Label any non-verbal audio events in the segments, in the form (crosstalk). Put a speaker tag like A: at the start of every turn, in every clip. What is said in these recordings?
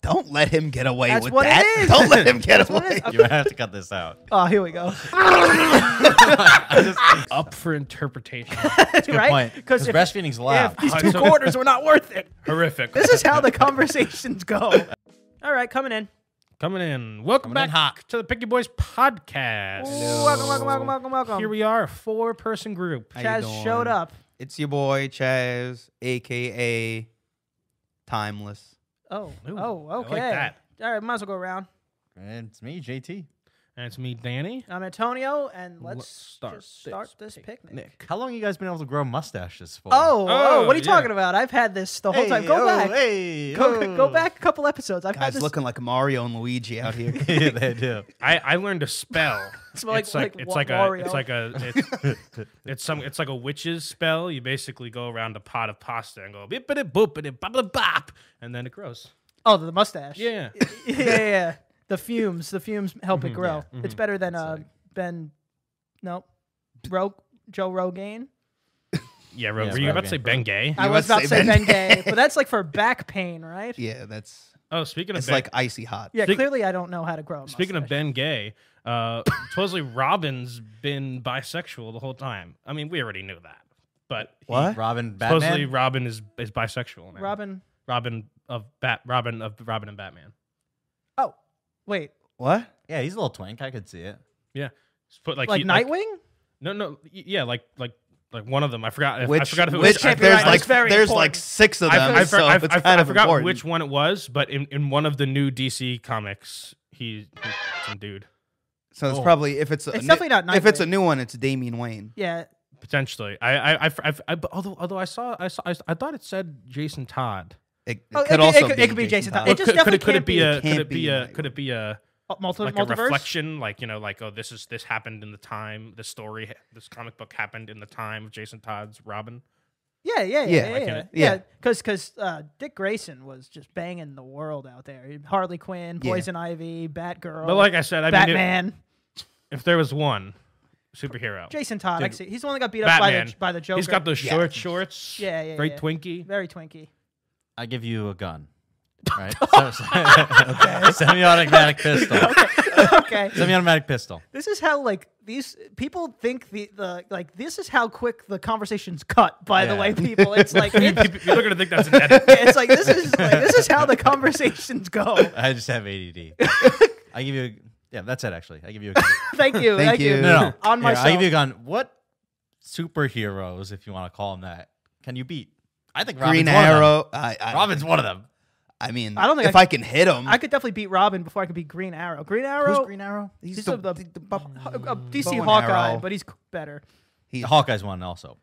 A: Don't let him get away
B: That's
A: with
B: what it
A: that.
B: is.
A: Don't let
B: (laughs)
A: him get
B: what it
A: away.
B: is.
C: You have to cut this out.
B: Oh, here we go. (laughs)
C: I just-
D: Up for interpretation. (laughs)
C: good
B: right?
C: point. Because
B: if-
C: breastfeeding's
B: Yeah,
C: allowed.
A: (laughs)
B: these two quarters were not worth it.
D: Horrific.
B: This is how the conversations go. All right, coming in.
D: coming in. Welcome
C: Coming in
D: back
C: hot.
D: to the Picky Boys podcast.
B: Welcome, welcome, welcome, welcome, welcome.
D: Here we are, a four-person group.
C: How you
B: Chaz
C: doing?
B: showed up.
A: It's your boy Chaz, aka Timeless.
B: Oh,
D: Ooh,
B: oh,
D: I like
B: okay.
D: that.
B: All right, might as well go around.
C: And it's me, JT.
D: And it's me, Danny.
B: I'm Antonio, and let's,
D: Let's start
B: just start
D: this
B: this, picnic.
C: How long you guys been able to grow mustaches for?
B: Oh, oh,
D: Oh,
B: what are you
D: yeah.
B: talking about? I've had this the whole
C: Hey,
B: time. Go
C: oh,
B: back.
C: Hey,
B: Go,
C: oh.
B: go back a couple episodes. I've had
A: Guys
B: this.
A: looking like Mario and Luigi out here.
C: (laughs) yeah, they do.
D: I, I learned a (laughs) spell.
B: It's like-
D: it's like,
B: like
D: it's
B: Wa-
D: like a
B: Wario.
D: it's like a it's,
B: (laughs)
D: it's some it's like a witch's spell. You basically go around a pot of pasta and go bippity boopity boppity bop, and then it grows.
B: oh, the mustache.
D: Yeah,
B: yeah, yeah, yeah. The fumes. The fumes help it grow.
D: Mm-hmm. yeah, Mm-hmm.
B: It's better than uh, Ben. No, Ro- Joe Rogaine.
D: yeah. Ro-
C: Yeah,
D: were you about to
C: Spider-Man.
D: say Ben Gay?
B: I
A: You
B: was about
A: must
B: to
A: say
B: say Ben
A: Ben
B: Gay, but that's like for back pain, right?
A: yeah, that's
D: Oh, speaking of
A: it's
D: ben,
A: like icy hot.
B: Yeah,
D: Speak-
B: clearly I don't know how to grow. A
D: speaking of
B: mustache.
D: Ben Gay, uh, supposedly Robin's been bisexual the whole time. I mean, we already knew that, but he-
C: Robin Batman.
D: supposedly Robin is is bisexual. Now.
B: Robin,
D: Robin of Bat, Robin of Robin and Batman.
B: oh wait,
A: What?
C: yeah, he's a little twink. I could see it.
D: Yeah, put like
B: like
D: he-
B: Nightwing?
D: No, no, y- yeah, like like like one of them. I forgot. If, I
A: Which,
D: forgot if it
A: which
D: was. I,
B: can't be
A: there's
B: right.
A: like
B: It's very
A: there's
B: important.
A: like six of
D: I,
A: them,
D: I,
A: so
D: I, I,
A: it's
D: I,
A: kind
D: I
A: of
D: forgot
A: important.
D: which one it was, but in, in one of the new DC comics, he, he's some dude
A: So it's
C: Oh.
A: probably if it's a
B: It's
A: new-
B: definitely not
A: if it's a
B: Nightwing.
A: new one, it's Damian Wayne.
B: Yeah,
D: potentially. I I, I, I, I- but although although I saw I saw I, I thought it said Jason Todd.
A: It, it
B: Oh, it
A: could
B: could- it
A: also
B: could-
A: be
B: it could be Jason Todd. It
D: Or
B: just
D: could, could
B: definitely
D: it, could
B: can't
D: it be
B: be-
D: a could
A: can't
D: it be
A: be
D: a
A: Nightwing.
D: could it be a
B: Uh, multi-
D: like
B: multiverse.
D: a reflection like you know like oh this is this happened in the time this story this comic book happened in the time of Jason Todd's Robin.
B: Yeah, yeah,
A: Yeah.
B: yeah,
D: Like
B: yeah,
D: in
B: yeah.
D: it.
A: Yeah.
B: Because uh, Dick Grayson was just banging the world out there. Harley Quinn,
A: Yeah.
B: Poison Ivy, Batgirl,
D: But like I said, I mean, if,
B: Batman,
D: if there was one superhero,
B: Jason Todd. I
C: Dude,
B: see. He's the one that got beat up by
D: Batman.
B: the by the Joker.
D: He's got those
A: Yeah.
D: short shorts.
B: Yeah, yeah,
D: Very
B: yeah.
D: twinky.
B: very
C: (laughs)
B: twinky.
C: I give you a gun.
A: (laughs)
C: Right? So- (laughs) so- Semi-automatic pistol.
B: okay.
C: Semi-automatic pistol.
B: This is how like these people think the, the like this is how quick the conversations cut. By the
C: Yeah.
B: way, people, it's
C: (laughs)
B: like it's,
D: People are gonna
B: (laughs)
D: think that's an edit.
B: it's like this is like, this is how the conversations
C: (laughs)
B: go.
C: I just have ADD.
A: (laughs)
C: I give you. A, yeah, that's it. Actually, I give you a gun.
B: Thank you,
A: Thank
B: thank you.
A: you. (laughs)
C: No, no.
B: On
C: Here, I give
B: myself.
C: you a gun. What superheroes, if you want to call them that, can you beat? I think Robin's
A: Green
C: one of them.
A: Arrow. I, I,
C: Robin's one of them.
A: I mean,
B: I don't think
A: if
B: I-
A: I, can hit him,
B: I could definitely beat Robin before I could beat Green Arrow. Green Arrow,
C: Who's Green Arrow?
A: he's,
B: he's
A: the,
B: a, the-
A: the- the bu-
B: a- a DC
A: Bow and
B: Hawkeye,
A: arrow.
B: but he's c- better.
C: Hawkeye's
A: (laughs)
C: one also.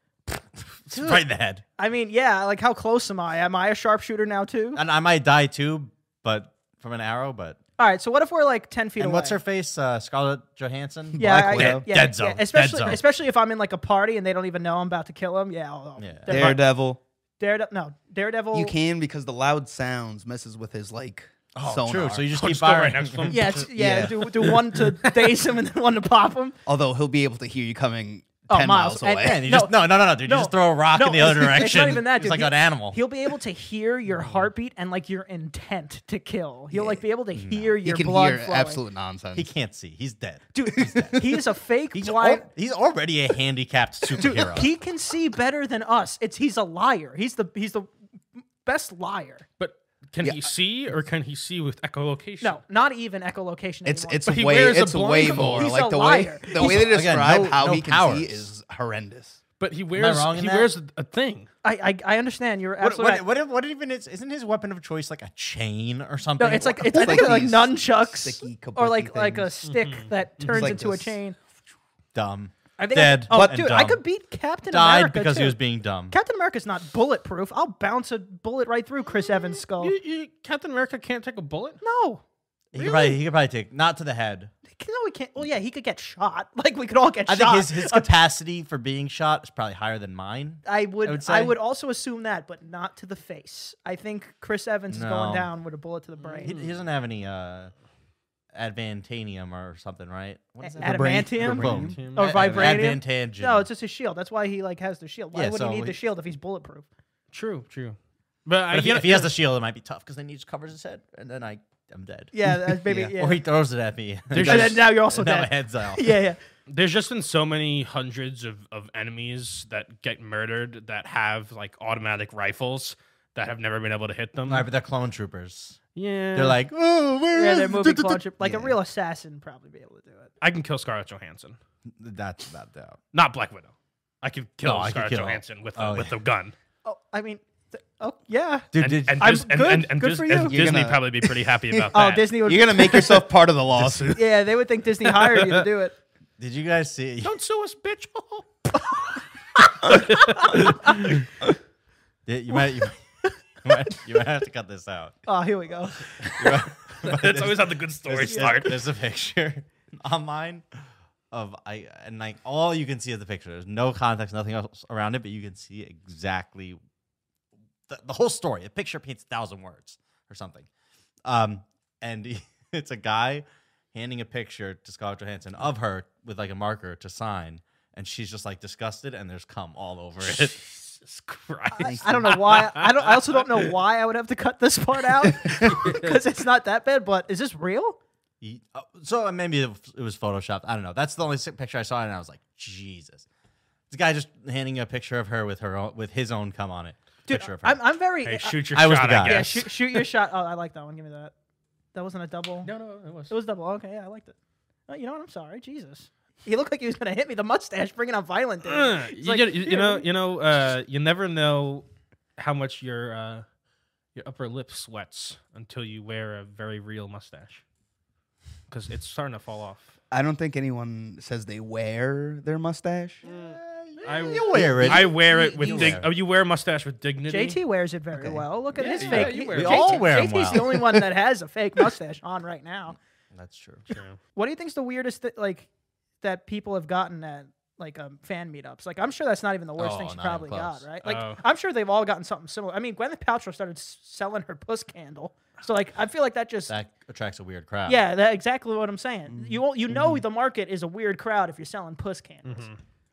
C: right in the head.
B: I mean, yeah, like how close am I? Am I a sharpshooter now too?
C: And I might die too, but from an arrow. But
B: All right, so what if we're like ten feet
C: and
B: away?
C: what's her face? Uh, Scarlett Johansson.
B: yeah,
A: Black
B: I-
A: Widow?
B: yeah,
C: Dead
B: yeah,
C: zone, dead
B: especially
C: zone.
B: especially if I'm in like a party and they don't even know I'm about to kill them. Yeah, Oh. I'll, I'll
C: Yeah.
B: Dare-
A: Daredevil.
B: Daredevil. No, Daredevil.
A: You can because the loud sounds messes with his like
C: Oh,
A: sonar.
C: true. So
D: (laughs)
C: you just
D: Put
C: keep
D: still right
C: firing.
D: next to him.
A: (laughs)
B: Yeah, it's, yeah,
A: Yeah.
B: Do, do
A: (laughs)
B: one to daze him and then one to pop him.
A: Although he'll be able to hear you coming
B: Oh,
A: 10 miles,
B: miles. And-
A: away.
C: (laughs) Yeah, and you
B: No.
C: just no, no, no, no, dude.
B: No.
C: You just throw a rock
B: No,
C: in the other
B: it's- it's not
C: direction.
B: even that, dude.
C: It's like
B: He-
C: an animal.
B: He'll be able to hear your
A: Mm.
B: heartbeat and like your intent to kill. He'll like be able to
C: Mm.
B: hear
A: you
B: your
A: can
B: blood
A: hear
B: flowing.
A: absolute nonsense.
C: He can't see. He's dead.
A: (laughs)
B: Dude, he is a fake
C: He's
B: blind.
C: al- he's already a
B: (laughs)
C: handicapped
B: Dude,
C: superhero.
B: he can see better than us. It's he's a liar. He's the he's the best liar.
D: But can
A: Yeah.
D: he see or can he see with echolocation?
B: No, not even echolocation.
A: it's
B: (laughs) anymore.
A: it's
D: But he
A: way
D: wears a
A: it's way
D: blindfold.
A: more
B: He's a
A: like the
B: liar.
A: way (laughs) the way they
C: He's- again,
A: describe
C: no-
A: how
C: no
A: he can
C: powers.
A: see is horrendous.
D: But he wears
C: wrong in
D: he
C: that?
D: wears a- a thing.
B: I, I I understand. You're
C: what,
B: absolutely
C: what,
B: right.
C: what, if- what even is? Isn't his weapon of choice like a chain or something?
B: No, it's like
C: What-
B: it's, I
A: It's
B: think
A: like
B: like,
A: these
B: nunchucks
A: sticky
B: or
A: kabuki
B: like like a
A: things.
B: stick
C: Mm-hmm.
B: that turns
A: like
B: into a
A: this.
B: chain.
C: dumb.
B: I think
C: Dead.
B: I could, oh,
C: and
B: dude,
C: dumb.
B: I could beat Captain
C: died
B: America
C: because
B: too.
C: he was being dumb.
B: Captain America's not bulletproof. I'll bounce a bullet right through Chris Evans' skull.
D: You, you, Captain America can't take a bullet.
B: No.
C: He could probably he could probably take not to the head.
B: No, we can't. Well, yeah, he could get shot. (laughs) Like we could all get
C: I
B: shot. Uh,
C: think his, his capacity for being shot is probably higher than mine.
B: I would, I
C: I
B: would
C: would say-
B: also assume that, but not to the face. I think Chris Evans is going
C: No.
B: down with a bullet to the
C: He,
B: brain.
C: he doesn't have any uh advantanium or something, right? What
B: A-
C: that?
B: Adamantium
C: Boom.
B: or
C: Ad-
B: vibranium?
C: Advantagium.
B: No, it's just his shield. That's why he like has the shield. Why
C: Yeah,
B: would he
C: so
B: need the
C: (laughs) he-
B: shield if he's bulletproof?
D: True, true. But, I,
C: But if,
D: you
C: he,
D: know-
C: if he has the shield, it might be tough because then he just covers his head and then I am dead.
B: Yeah, uh, maybe. Yeah.
C: Or he throws it
B: (laughs)
C: at me.
D: There's
B: and then
D: just-
B: now you're also
C: and now my
B: dead.
C: head's
B: (laughs)
C: out.
B: yeah, yeah.
D: there's just been so many hundreds of, of enemies that get murdered that have like automatic rifles that have never been able to hit them.
C: All right, but they're clone troopers.
D: yeah,
C: They're like, oh, where
B: Yeah,
C: is
B: they're
C: it?" (laughs)
B: moving clone trip. Like a
A: Yeah.
B: real assassin would probably be able to do it.
D: I can kill Scarlett Johansson,
C: That's about doubt.
D: not Black Widow. I can kill
C: No, I could
D: Scarlett
C: kill-
D: Johansson with a,
C: oh,
D: with a gun.
B: Oh, I mean, th- oh yeah.
C: Dude,
D: And,
C: did,
D: and,
B: I'm
D: Dis- and,
B: good.
D: and, and
B: Good
D: Dis-
B: for
D: and
B: you.
A: You're
D: Disney
A: gonna-
D: probably be pretty happy about
B: Oh,
D: that.
B: Disney would.
A: You're gonna make yourself part of the lawsuit.
B: (laughs) Yeah, they would think Disney hired you to do it.
C: (laughs) did you guys see? (laughs)
D: Don't sue us, bitch.
C: Yeah, you might. (laughs) You might, you might- you might have to cut this out.
B: Oh, here we go.
C: You might- but
D: That's
C: there's-
D: always how the good story
C: there's-
D: starts.
C: (laughs) There's a picture online of I and like all you can see is the picture. There's no context, nothing else around it, but you can see exactly the, the whole story. A picture paints a thousand words or something. Um, and (laughs) he- it's a guy handing a picture to Scarlett Johansson of her with like a marker to sign, and she's just like disgusted, and there's cum all over it.
D: (laughs) Jesus Christ.
B: I don't know why. I don't. I also don't
C: (laughs)
B: know why I would have to cut this part out because it's not that bad. But is this real?
C: Ye- oh, So uh, maybe it it was photoshopped. I don't know. That's the only si- picture I saw, and I was like, Jesus. The guy just handing a picture of her with her own, with his own cum on it.
B: Dude,
C: picture of her.
B: I'm, I'm very.
D: Hey,
B: I-
D: shoot your
C: I
D: shot.
C: was the
D: I
C: guy.
B: yeah,
D: guess.
B: shoot, shoot your shot. Oh, I like that one. Give me that. That wasn't a double.
D: No, no, it was.
B: It was double. Okay, I liked it. Oh, you know what? I'm sorry. Jesus. He looked like he was gonna hit me. The mustache, bringing on violent. Dude.
D: Uh,
B: It's
D: you,
B: like,
D: get- you- you know,
B: here.
D: you know, uh, you never know how much your uh, your upper lip sweats until you wear a very real mustache, because it's starting to fall off.
A: I don't think anyone says they wear their mustache.
D: I,
C: you wear it.
D: I wear it
C: You-
D: with
C: you
D: dig-
C: wear it.
D: oh, you wear a mustache with dignity.
B: JT wears it very
A: Okay.
B: well. Look at
D: Yeah,
B: his
D: yeah,
B: fake.
D: you
B: he-
D: wear it.
C: We all
B: JT
C: wear 'em
B: JT's
C: well.
B: the only one
C: (laughs)
B: that has a fake mustache on right now.
C: That's true.
D: True.
B: What do you think's the weirdest thi- like that people have gotten at like um, fan meetups? Like I'm sure that's not even the worst
C: Oh,
B: thing she
C: not even
B: probably got,
C: close.
B: right? Like
D: Oh.
B: I'm sure they've all gotten something similar. I mean, Gwyneth Paltrow started s- selling her puss candle, so like I feel like that just
C: That Mm-hmm. attracts a weird crowd.
B: yeah, that exactly what I'm saying. You won't- you know the market is a weird crowd if you're selling puss candles.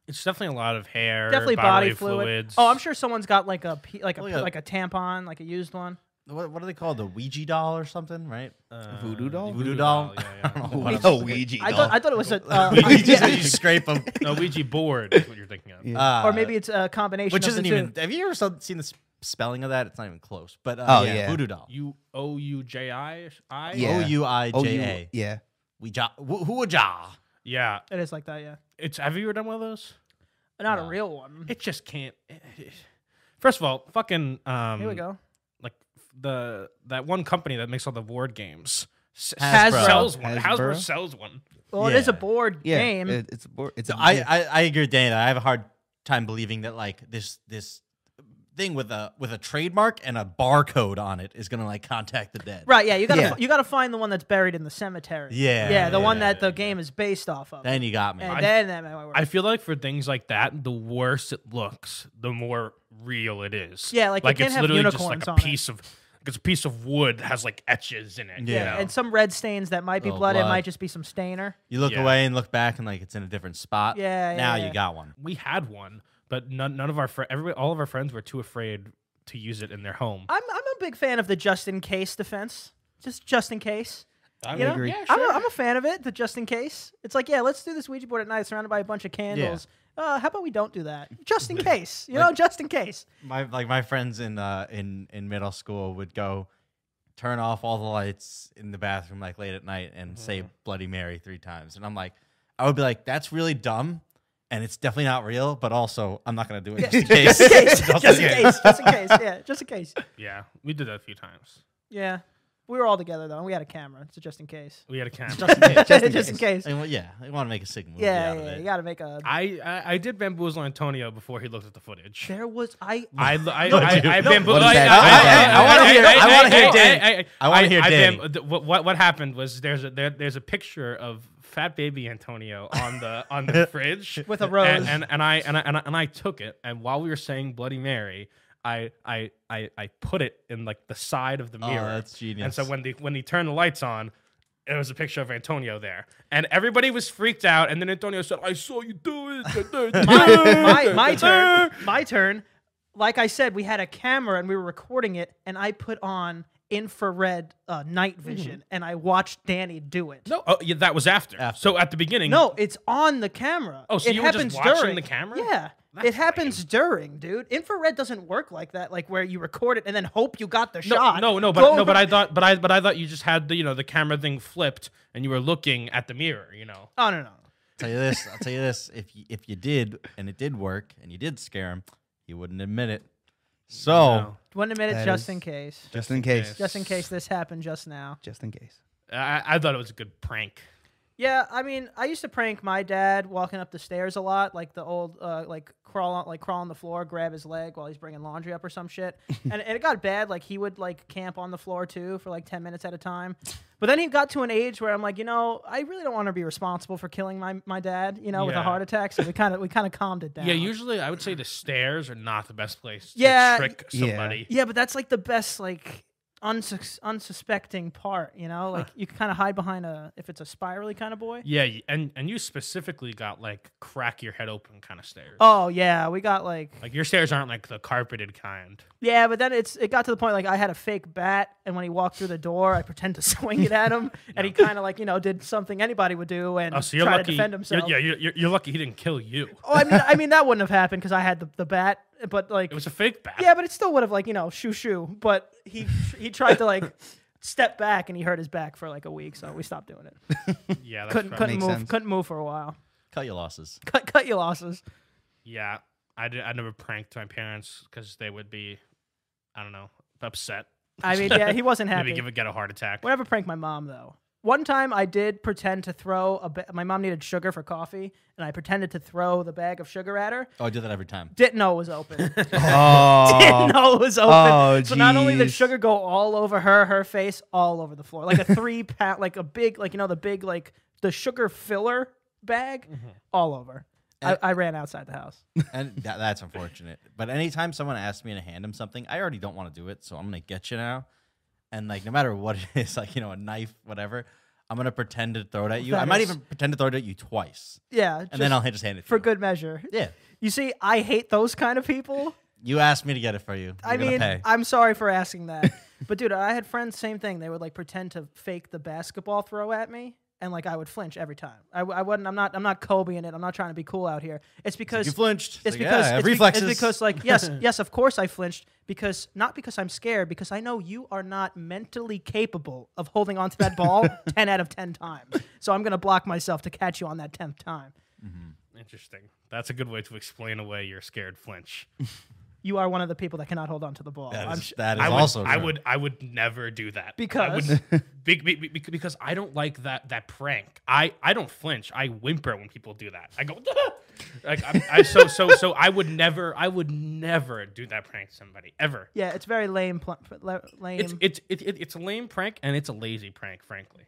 D: It's definitely a lot of hair.
B: Definitely
D: Mm-hmm. bodily
B: body fluid.
D: fluids.
B: Oh, I'm sure someone's got like a pe- like a
C: Oh,
B: p-
C: yeah.
B: like a tampon, like a used one.
C: What, what are they called? The Ouija doll or something,
B: (laughs)
C: right?
D: Uh,
A: Voodoo doll?
C: Voodoo doll.
D: Yeah, yeah.
C: (laughs) I don't know what
A: We
C: else.
A: know Ouija
B: I
A: doll.
B: thought I thought it was a uh,
C: Ouija
B: yeah.
C: that you scrape them.
D: No, Ouija board is what you're thinking of.
A: Yeah.
C: Uh,
B: (laughs) or maybe it's a combination.
C: which
B: of
C: isn't
B: the two.
C: even. Have you ever saw- seen the s- spelling of that? It's not even close. But uh,
A: Oh,
C: yeah,
A: yeah.
C: voodoo doll.
D: U O U J I I.
A: Yeah.
C: O U I
A: Oh,
C: J
A: you,
C: A.
A: yeah.
C: Ouija. Who Ouija?
D: Yeah.
B: It is like that, yeah.
D: It's have you ever done one of those?
B: Not a
C: No.
B: real one.
D: It just can't. First of all, fucking. Um,
B: Here we go.
D: like f- the that one company that makes all the board games s-
C: Hasbro.
D: sells one.
A: Hasbro?
D: Hasbro sells one.
B: Well, it is a
C: Yeah.
B: board
A: Yeah.
B: game.
A: It, it's a board- it's
C: So
A: a,
C: I,
A: yeah.
C: I I agree with Dana. I have a hard time believing that like this this thing with a with a trademark and a barcode on it is gonna like contact the dead.
B: right, yeah. You gotta
A: Yeah.
B: fi- you gotta find the one that's buried in the cemetery.
C: Yeah,
B: Yeah, the one
D: yeah,
B: that the
D: yeah.
B: game is based off of.
C: Then you got me.
B: and
D: I-
B: then that might work.
D: I feel like for things like that, the worse it looks, the more real it is.
B: Yeah, like, you can't
D: it's
B: have
D: literally just like
B: unicorns
D: a
B: on it.
D: piece of like it's a piece of wood that has like etches in it.
C: Yeah.
D: you
B: yeah,
D: know?
B: and some red stains that might be
C: Little
B: blood, It
C: blood.
B: might just be some stainer.
C: you look
D: Yeah.
C: away and look back and like it's in a different spot.
B: Yeah, yeah,
C: Now
B: yeah.
C: you got one.
D: we had one, but none none of our friends, everybody, all of our friends were too afraid to use it in their home.
B: I'm I'm a big fan of the just in case defense. Just just in case.
D: I
B: you know? I'm, a, I'm a fan of it, the just in case. It's like, yeah, let's do this Ouija board at night surrounded by a bunch of candles. Uh, how about we don't do that? Just in case. You know, just in case.
C: My like my friends in uh in in middle school would go turn off all the lights in the bathroom like late at night and
B: Mm-hmm.
C: say Bloody Mary three times, and I'm like, I would be like, that's really dumb. And it's definitely not real, but also I'm not gonna do it (laughs)
B: (laughs)
C: just in case. (laughs)
B: Just in case.
C: Just
B: just in case. Just
C: in
B: in case. Yeah, just in case.
D: yeah, we did that a few times.
B: Yeah. We were all together though, and we had a camera, so just in case.
D: We had a camera.
C: Just in case.
B: (laughs) Just in case.
C: I mean, well, yeah, I want to make a sick movie
B: Yeah,
C: out
B: yeah,
C: of
B: you
C: it.
B: gotta make a.
D: I, I I did bamboozle Antonio before he looked at the footage.
B: There was
C: (laughs)
B: I.
D: I, I,
C: No,
D: I,
C: dude.
D: I,
C: No.
D: bamboo-
A: What is
D: I,
A: that?
C: I- I- I wanna hear- I wanna hear Danny. I wanna hear Danny.
D: bam- th- what, what what happened was there's a there, there's a picture of fat baby Antonio on the on the fridge
B: With a rose.
D: and, and, and I and I and I and I took it, and while we were saying Bloody Mary. I, I I I put it in like the side of the
C: Oh,
D: mirror.
C: that's
D: And
C: genius.
D: so when they when they turned the lights on, it was a picture of Antonio there, and everybody was freaked out. And then Antonio said, "I saw you do it."
B: my, my, my turn. My turn. like I said, we had a camera and we were recording it, and I put on infrared uh, night
C: Mm-hmm.
B: vision and I watched Danny do it.
D: No, oh, yeah, that was after.
C: After.
D: So at the beginning,
B: No, it's on the camera.
D: Oh, so
B: it
D: you were just
B: happens
D: watching
B: during
D: the camera?
B: Yeah,
D: That's
B: it happens during, dude. Infrared doesn't work like that, like where you record it and then hope you got the
D: no,
B: shot.
D: no,
B: Go
D: no, but no, but I
B: over-
D: thought, but I, but I thought you just had the, you know, the camera thing flipped and you were looking at the mirror, you know.
B: Oh no, no.
C: tell you this. I'll tell you this. If you, if you did and it did work and you did scare him, he wouldn't admit it. So
B: Oh.
D: No.
B: One minute,
A: That
B: just
A: is-
B: in case.
A: Just in case.
D: case.
B: Just in case this happened just now.
A: Just in (laughs) case.
D: I, I thought it was a good prank.
B: Yeah, I mean, I used to prank my dad walking up the stairs a lot, like the old, uh, like crawl on, like crawl on the floor, grab his leg while he's bringing laundry up or some
D: (laughs)
B: shit, and, and it got bad. Like he would like camp on the floor too for like ten minutes at a time, but then he got to an age where I'm like, you know, I really don't want to be responsible for killing my, my dad, you know, with a
D: Yeah.
B: heart attack. So we kind of we kind of calmed it down.
D: Yeah, usually I would say the stairs are not the best place
B: Yeah,
D: to trick
A: yeah.
D: somebody.
B: Yeah, but that's like the best like unsus- unsuspecting part, you know? Like you can kind of hide behind a if it's a spirally kind of boy.
D: Yeah, y and and you specifically got like crack your head open kind of stairs.
B: Oh yeah, we got like
D: Like your stairs aren't like the carpeted kind.
B: yeah, but then it's it got to the point like I had a fake bat, and when he walked through the door, I pretend to (laughs) swing it at him, and he kind of like you know did something anybody would do and
D: Oh, so you're
B: try
D: lucky.
B: to defend
D: you're-
B: himself.
D: yeah, you're, you're, you're lucky he didn't kill you.
B: Oh, I mean, I mean that wouldn't have happened because I had the, the bat, but like
D: It was a fake bat.
B: yeah, but it still would have like you know shoo shoo. But he he tried to
D: (laughs)
B: like step back, and he hurt his back for like a week, so we stopped doing it.
D: yeah, that's
B: couldn't
D: right.
B: couldn't
A: Makes
B: move
A: sense.
B: couldn't move for a while. (laughs)
C: cut your losses.
B: Cut cut your losses.
D: Yeah, I did, I never pranked my parents because they would be, I don't know, upset.
B: I mean, yeah, he wasn't
D: Maybe
B: happy.
D: give a, get a heart attack.
B: Would never prank my mom though. One time I did pretend to throw a ba- my mom needed sugar for coffee, and I pretended to throw the bag of sugar at her.
C: Oh, I do that every time.
B: Didn't know it was
C: (laughs)
B: open.
A: Oh,
B: Didn't know it was open.
A: Oh,
B: so not only did
A: jeez.
B: sugar go all over her, her face, all over the floor, like
C: (laughs)
B: a three pat, like a big, like you know, the big, like the sugar filler bag, all over. I,
C: Mm-hmm. And-
B: I ran outside the house.
C: and that, that's unfortunate. But anytime someone asks me to hand them something, I already don't want to do it, so I'm gonna get you now. And like, no matter what it is, (laughs) like you know, a knife, whatever, I'm gonna pretend to throw it at you. I
B: That
C: might
B: is-
C: even pretend to throw it at you twice,
B: Yeah,
C: and then I'll hand- just hand it to
B: for
C: you.
B: good measure.
C: Yeah,
B: You see, I hate those kind of people.
C: you asked me to get it for you. You're
B: I
C: gonna
B: mean,
C: pay.
B: I'm sorry for asking
C: (laughs)
B: that. but dude, I had friends, same thing. They would like pretend to fake the basketball throw at me. And like I would flinch every time. I, I wouldn't. I'm not. I'm not Kobe in it. I'm not trying to be cool out here. It's because
C: you flinched.
B: It's
C: like,
B: because
C: yeah,
B: it's, be- it's
C: reflexes.
B: because like
C: (laughs)
B: yes, yes, of course I flinched because not because I'm scared because I know you are not mentally capable of holding onto that
C: (laughs)
B: ball 10 out of 10 times. So I'm going to block myself to catch you on that 10th time.
D: Interesting. That's a good way to explain away your scared flinch.
B: You are one of the people that cannot hold onto the ball.
C: that
B: I'm
C: is,
B: sh-
C: that is
D: I would,
C: also.
D: I
C: true.
D: would I would never do that
B: Because?
D: I would, (laughs) be, be- be- because I don't like that that prank. I I don't flinch. I whimper when people do that. I go (laughs) like I, I so so so I would never I would never do that prank to somebody ever.
B: yeah, it's very lame pl- le- lame.
D: It's it's it, it, it's a lame prank and it's a lazy prank, frankly.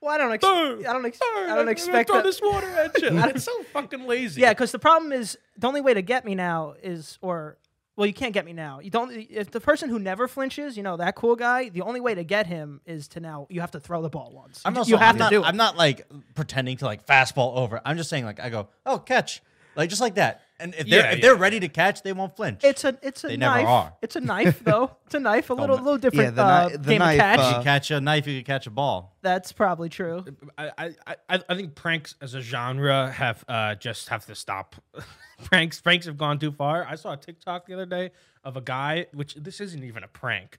B: well, I don't ex- I don't ex- I don't expect
D: throw
B: that.
D: this
B: (laughs)
D: water at you. It's so fucking lazy.
B: Yeah, because the problem is the only way to get me now is or well, you can't get me now. You don't if the person who never flinches, you know that cool guy. The only way to get him is to now you have to throw the ball once.
C: I'm
B: You-
C: also,
B: you have
C: I'm
B: to
C: not,
B: do it.
C: I'm not like pretending to like fastball over. I'm just saying like I go, oh catch, like just like that. And if they're
D: Yeah,
C: if
D: yeah,
C: they're ready to catch, they won't flinch.
B: It's a it's a
C: They never
B: knife.
C: are.
B: It's a knife though. It's a knife. A little
C: ma-
B: little different
A: the
B: uh,
A: kni- the
B: game
A: knife,
B: of catch.
A: uh,
C: you catch a knife, you can catch a ball.
B: That's probably true.
D: I, I, I- I, I think pranks as a genre have uh, just have to stop. (laughs) pranks pranks have gone too far. I saw a TikTok the other day of a guy, which this isn't even a prank,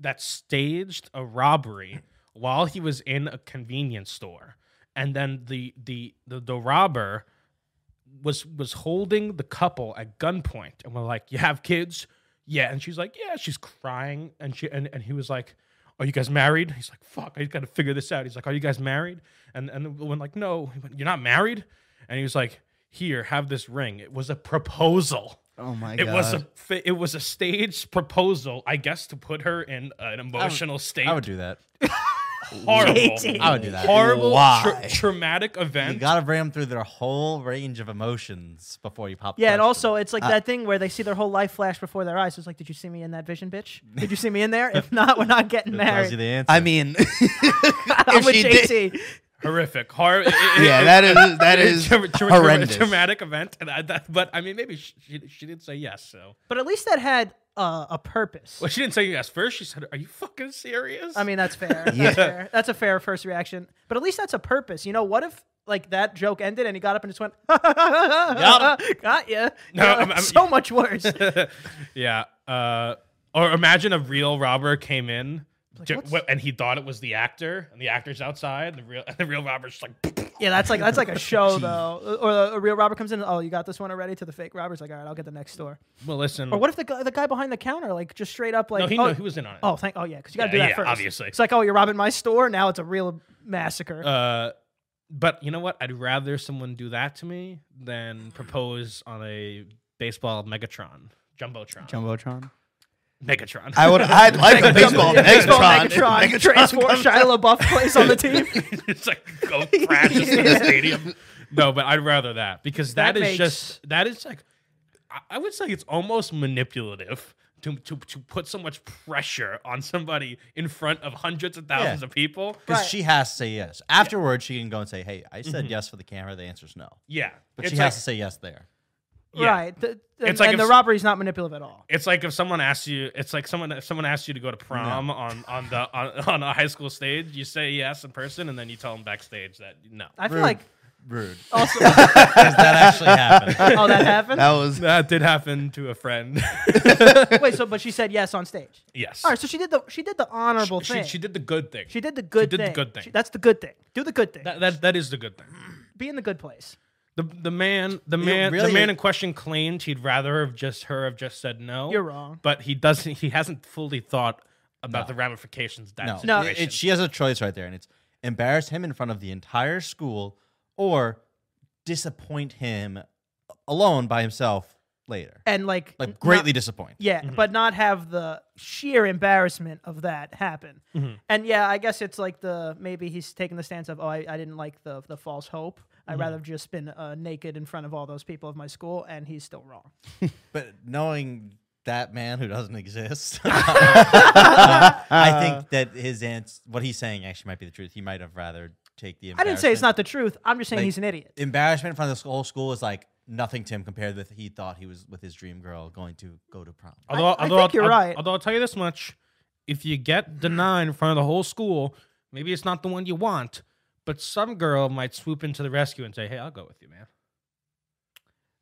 D: that staged a robbery while he was in a convenience store, and then the the the, the robber was was holding the couple at gunpoint and we're like, You have kids? Yeah. And she's like, Yeah, she's crying. And she and, and he was like, Are you guys married? He's like, Fuck, I gotta figure this out. He's like, Are you guys married? And and the woman like, No, he went, You're not married? And he was like, Here, have this ring. It was a proposal.
A: oh my
D: It
A: god. (laughs)
D: was a fa- it was a staged proposal, I guess, to put her in an emotional state.
C: I would do that.
D: horrible,
B: JT.
C: I would do that.
D: horrible,
A: Why?
D: tra- traumatic
C: You
D: event.
C: gotta bring them through their whole range of emotions before you pop. the
B: Yeah, and
C: question.
B: also it's like that thing where they see their whole life flash before their eyes. It's like, did you see me in that vision, bitch? Did you see me in there? If not, we're not getting
C: it tells you
B: married.
C: the answer.
A: I mean,
B: (laughs) I'm
A: (laughs) if
B: with
A: she did-
B: JT.
D: horrific. Hor- yeah,
A: yeah, that is
D: (laughs)
A: that (laughs) is horrendous.
D: Traumatic event, and I, that, but I mean, maybe she, she, she did say yes. So,
B: But at least that had uh, a purpose.
D: well, she didn't say yes first. She said, "Are you fucking serious?"
B: I mean, that's
D: (laughs)
B: fair.
A: Yeah.
B: That's fair. That's a fair first reaction. But at least that's a purpose. You know, what if like that joke ended and he got up and just went, (laughs) got ya.
D: No,
B: You know,
D: I'm- I'm-
B: so much
D: (laughs)
B: worse.
D: yeah. Uh, or imagine a real robber came in. ju-
B: what's-
D: wh- and he thought it was the actor, and the actor's outside. The real, (laughs) and the real robber's just like, (laughs)
B: yeah, that's like that's like a show though. Or a, a real robber comes in. and, Oh, you got this one already? To the fake robber's like, all right, I'll get the next door.
D: "Well, listen."
B: Or what if the guy, the guy behind the counter like just straight up like,
D: Hmm. no, he
B: oh,
D: knew he was in on it.
B: oh, thank, oh yeah, because you got to
D: Yeah,
B: do that
D: yeah,
B: first.
D: obviously.
B: it's like, oh, you're robbing my store. Now it's a real massacre.
D: Uh, but you know what? I'd rather someone do that to me than propose on a baseball Megatron, Jumbotron,
A: Jumbotron.
D: Megatron.
A: I would. (laughs) I'd like a baseball.
B: Yeah, baseball
A: Megatron.
B: Megatron,
A: Megatron
D: (laughs)
B: transform
A: comes-
B: Shia LaBeouf plays on the team.
D: it's like go crashes into the stadium. No, but I'd rather that because
B: That
D: that is
B: makes-
D: just that is like I- I would say it's almost manipulative to to, to put so much pressure on somebody in front of hundreds of thousands
C: Yeah.
D: of people.
C: Because
B: Right.
C: she has to say yes. Afterwards, she can go and say, hey, I said yes for the camera. The answer's no.
D: Yeah,
C: But
D: it's
C: she
D: like,
C: has to say yes there.
D: (laughs) yeah.
B: Right. The, the-
D: It's like
B: and
D: if
B: the
D: s-
B: robbery's not manipulative at all.
D: It's like if someone asks you, it's like someone if someone asks you to go to prom on on the on, (laughs) on a high school stage, you say yes in person, and then you tell them backstage that no.
B: I feel
C: Rude.
B: like
C: Rude.
B: (laughs)
C: (laughs)
B: also.
C: Because that actually happened.
B: oh, that happened.
A: That was.
D: That did happen to a friend.
B: Wait. So, but she said yes on stage.
D: yes.
B: All right. So she did the she did the honorable
D: she,
B: thing.
D: she did the good thing.
B: She did the good
D: did the
B: thing.
D: good thing.
B: She- that's the good thing. Do the good thing.
D: that, that that is the good thing.
B: Be in the good place.
D: The the man the man the
C: really-
D: man in question claimed he'd rather have just her have just said no.
B: You're wrong.
D: But he doesn't he hasn't fully thought about the ramifications of that
C: No.
B: No.
C: It-
D: situation.
C: it- she has a choice right there. And it's embarrass him in front of the entire school or disappoint him alone by himself later.
B: And like, n-
C: Like
B: not-
C: greatly disappoint.
B: yeah,
D: Mm-hmm.
B: but not have the sheer embarrassment of that happen.
D: Mm-hmm.
B: And yeah, I guess it's like the maybe he's taking the stance of oh I, I didn't like the the false hope.
D: Mm-hmm.
B: I'd rather have just been uh, naked in front of all those people of my school, and he's still wrong.
C: But knowing that man who doesn't exist, (laughs) I
B: Uh.
C: think that his ans- what he's saying actually might be the truth. He might have rather take the.
B: I didn't say it's
C: embarrassment.
B: not the truth. I'm just saying
C: Like-
B: he's an idiot.
C: embarrassment in front of the whole school is like nothing to him compared with he thought he was with his dream girl going to go to prom.
D: although
B: I
D: although
B: think
D: I'll,
B: you're
D: I'll-
B: right.
D: Although I'll tell you this much, if you get denied in front of the whole school, maybe it's not the one you want, but some girl might swoop into the rescue and say, "Hey, I'll go with you, man."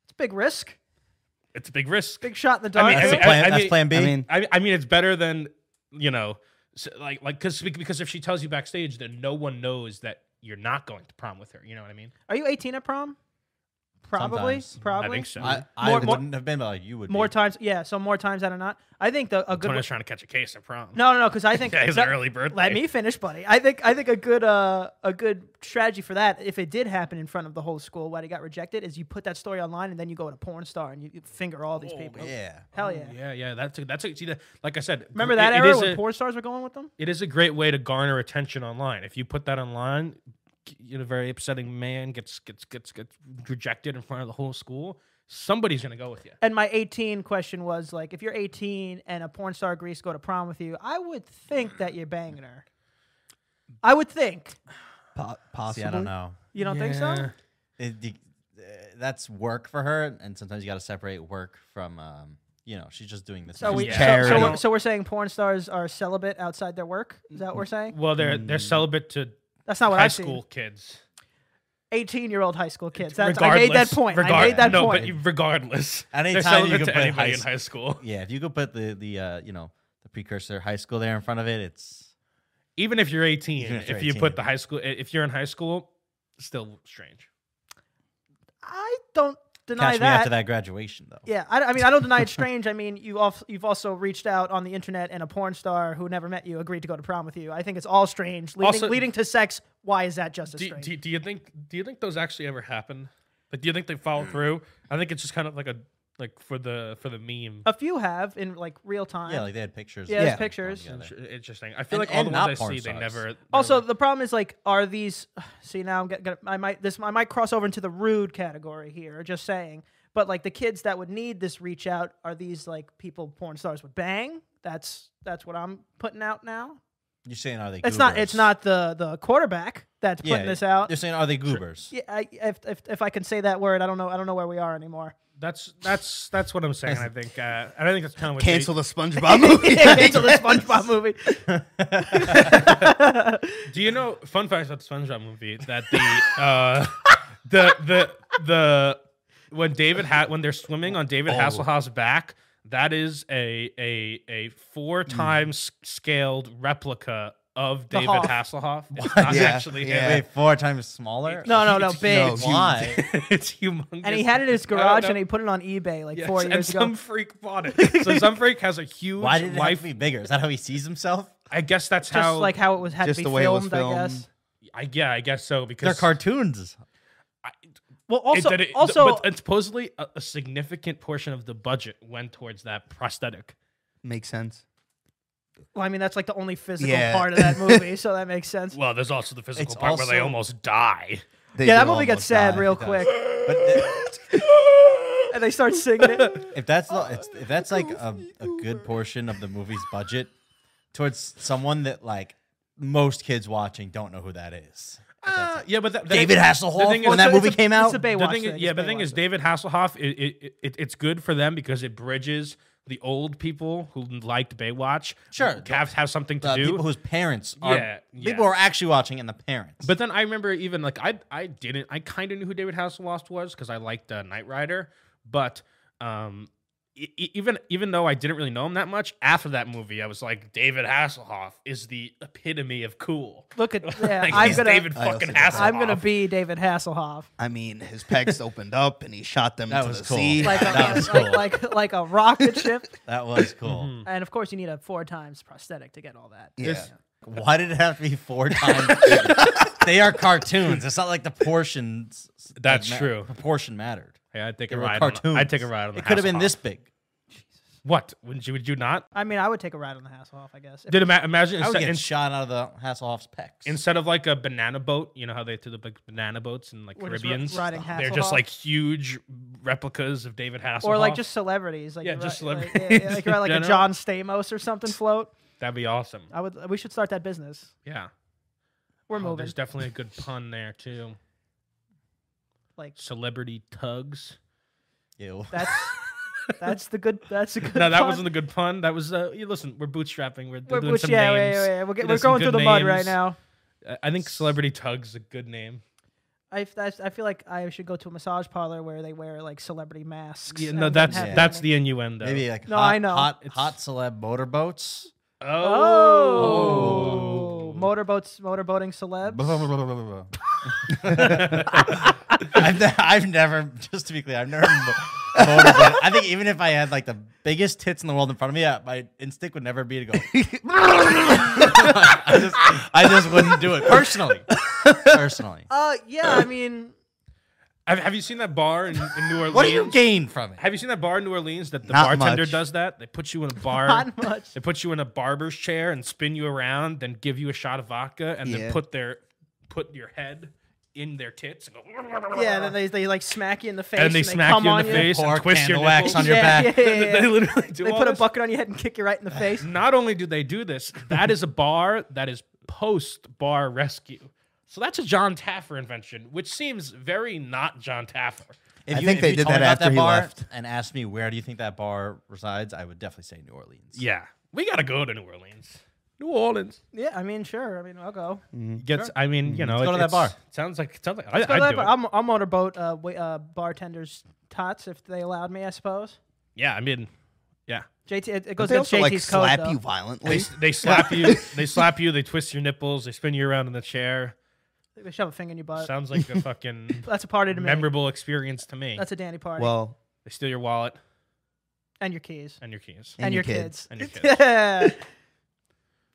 B: It's a big risk,
D: It's a big risk.
B: big shot in the
D: I
B: dark.
D: mean,
C: That's
D: I
C: the
D: mean,
C: plan.
D: I
C: that's
D: mean-
C: plan B.
A: I mean,
D: I, I mean, it's better than you know, s like like because because if she tells you backstage, then no one knows that you're not going to prom with her. You know what I mean?
B: Are you 18 at prom? Probably,
C: Sometimes.
B: probably.
D: I think so.
C: I, I
B: More- more-
C: wouldn't have been, but like, you would.
B: More
C: be.
B: times, yeah. So more times than not. I think the a good.
D: Tony's trying to catch a case at prom. (laughs)
B: No, no, no. Because I think
D: Yeah, his
B: no,
D: early (laughs) birthday.
B: Let me finish, buddy. I think I think a good uh, a good strategy for that, if it did happen in front of the whole school, why he got rejected, is you put that story online and then you go to porn star and you, you finger all these people.
C: Yeah.
B: Hell yeah.
D: Oh, Mm, Yeah, yeah. That's a, that's a, see, that- like I said.
B: Remember
D: it-
B: that
D: it
B: era
D: is
B: when
D: a-
B: porn stars were going with them?
D: it is a great way to garner attention online. If you put that online, g- you know, very upsetting man gets gets gets gets rejected in front of the whole school. Somebody's gonna go with you.
B: And my 18 question was like, if you're 18 and a porn star agrees to go to prom with you, I would think that you're banging her. I would think.
A: (laughs) po-
C: See,
A: possibly.
C: I don't know.
B: You don't think so?
D: Yeah.
C: It, the- uh, that's work for her, and sometimes you got to separate work from, um, you know, she's just doing this.
B: So
C: because
B: we
C: of
B: so-
A: charity.
B: So,
D: I
B: we're,
D: don't-
B: so we're saying porn stars are celibate outside their work. Is that what we're saying?
D: Well, they're they're
C: Hmm.
D: celibate to
B: That's not what
D: Mm-hmm. high
B: I've seen.
D: school kids.
B: Eighteen-year-old high school kids. That's, I made that
D: Regardless-
B: point. I
D: regard-
B: made that
D: no,
B: point.
D: but you, regardless, they're
C: Anytime
D: celibate
C: you can
D: to
C: play
D: anybody
C: high
D: in high school.
B: (laughs)
C: Yeah, if you could put the the uh, you know the precursor high school there in front of it, it's
D: Even if you're 18,
C: Even if
D: if,
C: you're
D: you
C: 18.
D: put the high school, if you're in high school, still strange.
B: I don't deny
C: catch me after
B: that.
C: that graduation though.
B: Yeah, I, I mean, I don't deny
D: (laughs)
B: it's strange. I mean, you also, you've also reached out on the internet, and a porn star who never met you agreed to go to prom with you. I think it's all strange, leading,
D: Also-
B: leading to sex. Why is that just as
D: Do,
B: strange?
D: do, do you think do you think those actually ever happen? Like, do you think they follow through? I think it's just kind of like a like for the for the
C: Oh.
D: meme.
B: a few have in like real time.
C: Yeah, like they had pictures.
B: Yeah,
C: of
B: there's
C: them going
B: pictures.
C: together.
D: It's Interesting. I feel
C: And-
D: like all
C: and
D: the
C: not
D: ones I
C: porn
D: see, they
C: stars.
D: never. they're
B: Also,
D: like-
B: the problem is like, are these? (sighs) See, now I'm get, get, I might this I might cross over into the rude category here. Just saying, but like the kids that would need this reach out are these like people porn stars would bang. That's that's what I'm putting out now.
C: You're saying are they?
B: It's not
C: goobers?
B: it's not the the quarterback. that's putting this out.
C: They're saying, are they goobers?
B: Yeah, I, if, if if I can say that word, I don't know. I don't know where we are anymore. (laughs)
D: That's that's that's what I'm saying. I think uh, and I think that's kind of what
A: (laughs)
D: they-
A: Cancel the SpongeBob movie.
B: Cancel the SpongeBob movie.
D: Do you know fun facts about the SpongeBob movie that the uh, the the the when David had when they're swimming on
C: Oh.
D: David Hasselhoff's back, that is a a a
C: Hmm.
D: four times scaled replica of
B: The
D: David
B: Hoff.
D: Hasselhoff. It's not
A: Yeah,
D: actually him.
A: yeah.
C: Wait, four times smaller? (laughs)
B: No, no, no,
D: It's
B: big.
A: huge.
C: Why?
D: (laughs) it's humongous.
B: And he had it in his
D: don't
B: garage
D: know.
B: and he put it on eBay like
D: Yes,
B: four
D: and
B: years ago.
D: some freak bought it. So some freak has a huge
C: Why did it have
D: life.
C: to be bigger? Is that how he sees himself?
D: I guess that's
B: just
D: how.
B: like how it was
A: (laughs)
B: had
A: Just
B: to be
A: the way it was
B: filmed, I guess.
A: filmed.
D: I, yeah, I guess so because
C: They're cartoons.
B: Well,
D: It-
B: also,
D: that it-
B: also,
D: but uh, and supposedly a, a significant portion of the budget went towards that prosthetic.
A: Makes sense.
B: well, I mean, that's like the only physical
A: Yeah.
B: part of that movie, so that
A: (laughs)
B: makes sense.
D: Well, there's also the physical
C: It's
D: part where they
C: also-
D: almost die.
A: They
B: yeah, that
A: do
B: movie got
A: almost
B: sad
A: die.
B: real
A: It does.
B: quick,
C: But th-
B: and they start singing
D: (laughs)
B: it.
C: if that's not, it's- if that's like a, a good portion of the movie's budget towards someone that like most kids watching don't know who that is.
D: Uh, yeah, but that, that-
C: David
D: the
C: Hasselhoff
D: thing is-
C: when that
D: it's a-
C: movie came out.
B: It's a
D: The
B: Baywatch
D: thing
B: thing.
D: is, yeah,
B: it's
D: but the thing
B: Baywatch
D: is, David Hasselhoff. It, it, it, it's good for them because it bridges the old people who liked Baywatch.
C: Sure,
D: who have have something to
C: Uh,
D: do.
C: people whose parents are
D: Yeah, yeah.
C: people are actually watching, and the parents.
D: But then I remember even like I I didn't I kind of knew who David Hasselhoff was because I liked uh, Knight Rider, but um e- e- even even though I didn't really know him that much after that movie, I was like David Hasselhoff is the epitome of cool.
B: Look at yeah,
D: (laughs) Like,
B: I'm
D: he's
B: gonna
D: David
A: I also
D: fucking
A: did that.
D: Hasselhoff.
B: I'm gonna be
A: (laughs)
B: David Hasselhoff,
A: I mean, his (laughs) pecs opened up and he shot them
C: That
A: into
C: was
A: the
C: cool.
A: sea. (laughs)
B: like
C: That
B: a,
C: was cool.
B: (laughs) like, like like a
D: (laughs)
B: rocket ship.
C: that was cool.
D: Mm-hmm.
B: And of course, you need a four times prosthetic to get all that.
A: yeah.
D: This-
C: Why did it have to be four times?
D: (laughs)
C: they are cartoons. It's not like the portions. that
D: That's true.
C: Proportion mattered.
D: Hey, I'd take
C: They
D: a
C: were
D: ride. On,
C: cartoons.
D: I'd take a ride on. The
C: It could have been
D: Hasselhoff.
C: this big.
D: What? Would you? Would you not?
B: I mean, I would take a ride on the Hasselhoff, I guess. If-
D: Did ima- imagine
C: I would
D: instead,
C: get
D: in-
C: shot out of the Hasselhoff's pecs.
D: instead of like a banana boat, you know how they threw the big banana boats in like
B: We're just ri-
D: Caribbeans?
B: riding
D: They're just
B: Hasselhoff?
D: like huge replicas of David Hasselhoff.
B: or like just celebrities, like
D: Yeah,
B: you're
D: just
B: right, like,
D: celebrities
B: yeah, yeah, like, you're right,
D: in (laughs)
B: like a
D: general.
B: John Stamos or something float.
D: that'd be awesome.
B: I would. We should start that business.
D: Yeah.
B: We're
D: Oh,
B: moving.
D: There's definitely a good pun there too.
B: Like
D: Celebrity tugs.
C: Ew.
B: that's that's the good. That's a (laughs) good.
D: No, that
B: pun.
D: wasn't a good pun. That was. Uh, you listen, we're bootstrapping. We're,
B: We're,
D: doing
B: which-
D: some
B: yeah, yeah,
D: names.
B: yeah, yeah. We're, get-
D: It
B: we're
D: is some
B: going through
D: good
B: the mud right
D: names.
B: now.
D: I- I think celebrity tugs is a good name.
B: I, f- that's- I feel like I should go to a massage parlor where they wear like celebrity masks.
D: Yeah,
B: and
D: no,
B: then
D: that's
B: have
D: that's
B: them-
D: the innuendo.
C: Maybe like
B: No,
C: hot,
B: I know.
C: hot,
D: It's-
C: hot celeb motorboats. (laughs)
B: Oh.
D: Oh.
B: motorboats, motorboating celebs.
C: I've, ne- I've never, just to be clear, I've never. Mo- motorboat- I think even if I had like the biggest tits in the world in front of me, uh, my instinct would never be to go. (laughs) I, just, I just wouldn't do it personally. Personally,
B: Uh, yeah, I
D: (laughs)
B: mean,
D: Have, have you seen that bar in, in New (laughs) Orleans?
C: what do you gain from it?
D: Have you seen that bar in New Orleans that the
A: Not
D: bartender
A: much.
D: does that? They put you in a
B: (laughs)
D: bar.
B: not much.
D: (laughs) They put you in a barber's chair and spin you around, then give you a shot of vodka, and
A: Yeah.
D: then put their put your head in their tits and go.
B: Yeah, then they, they like smack you in the face.
D: and they smack
B: come
D: you in
B: on
D: the face
C: Pour
D: and twist your
C: candle wax
D: nipples.
C: on your
B: Yeah, (laughs)
C: back.
B: yeah, yeah, yeah.
D: they literally do.
B: They
D: all
B: put a
D: this.
B: bucket on your head and kick you right in
D: (laughs)
B: the face.
D: Not only do they do this, that is a bar that is post bar rescue. So that's a John Taffer invention, which seems very not John Taffer.
C: If
A: I
C: you,
A: think
C: if
A: they
C: you
A: did
C: told me
A: that
C: about
A: after he
C: bar
A: left.
C: and asked me where do you think that bar resides, I would definitely say New Orleans.
D: Yeah, we gotta go to New Orleans. New Orleans
B: Yeah, I mean, sure. I mean, I'll go.
D: gets. I mean, you know,
C: Let's go to that
D: it's-
C: bar.
D: Sounds like sounds like I,
B: (laughs) Let's go to
D: I'd
B: that
D: do
B: bar.
D: it.
B: I'll, I'll motorboat uh, wait, uh, bartenders tots if they allowed me, I suppose.
D: Yeah, I mean, yeah.
B: JT, it, it
A: But
B: goes
A: they
B: against
A: also
B: JT's
A: like
B: code.
A: slap
B: though.
A: you
D: They,
A: violently.
D: (laughs) they slap you. They slap you. They twist your nipples. They spin you around in the chair.
B: They shove a finger in your butt.
D: Sounds like a
B: (laughs)
D: fucking
B: That's Uh, a party to me.
D: memorable experience to me.
B: That's a dandy party.
A: Well,
D: They steal your wallet
B: and your keys.
D: and your keys.
B: And, your kids.
D: And your kids.
B: Yeah. (laughs)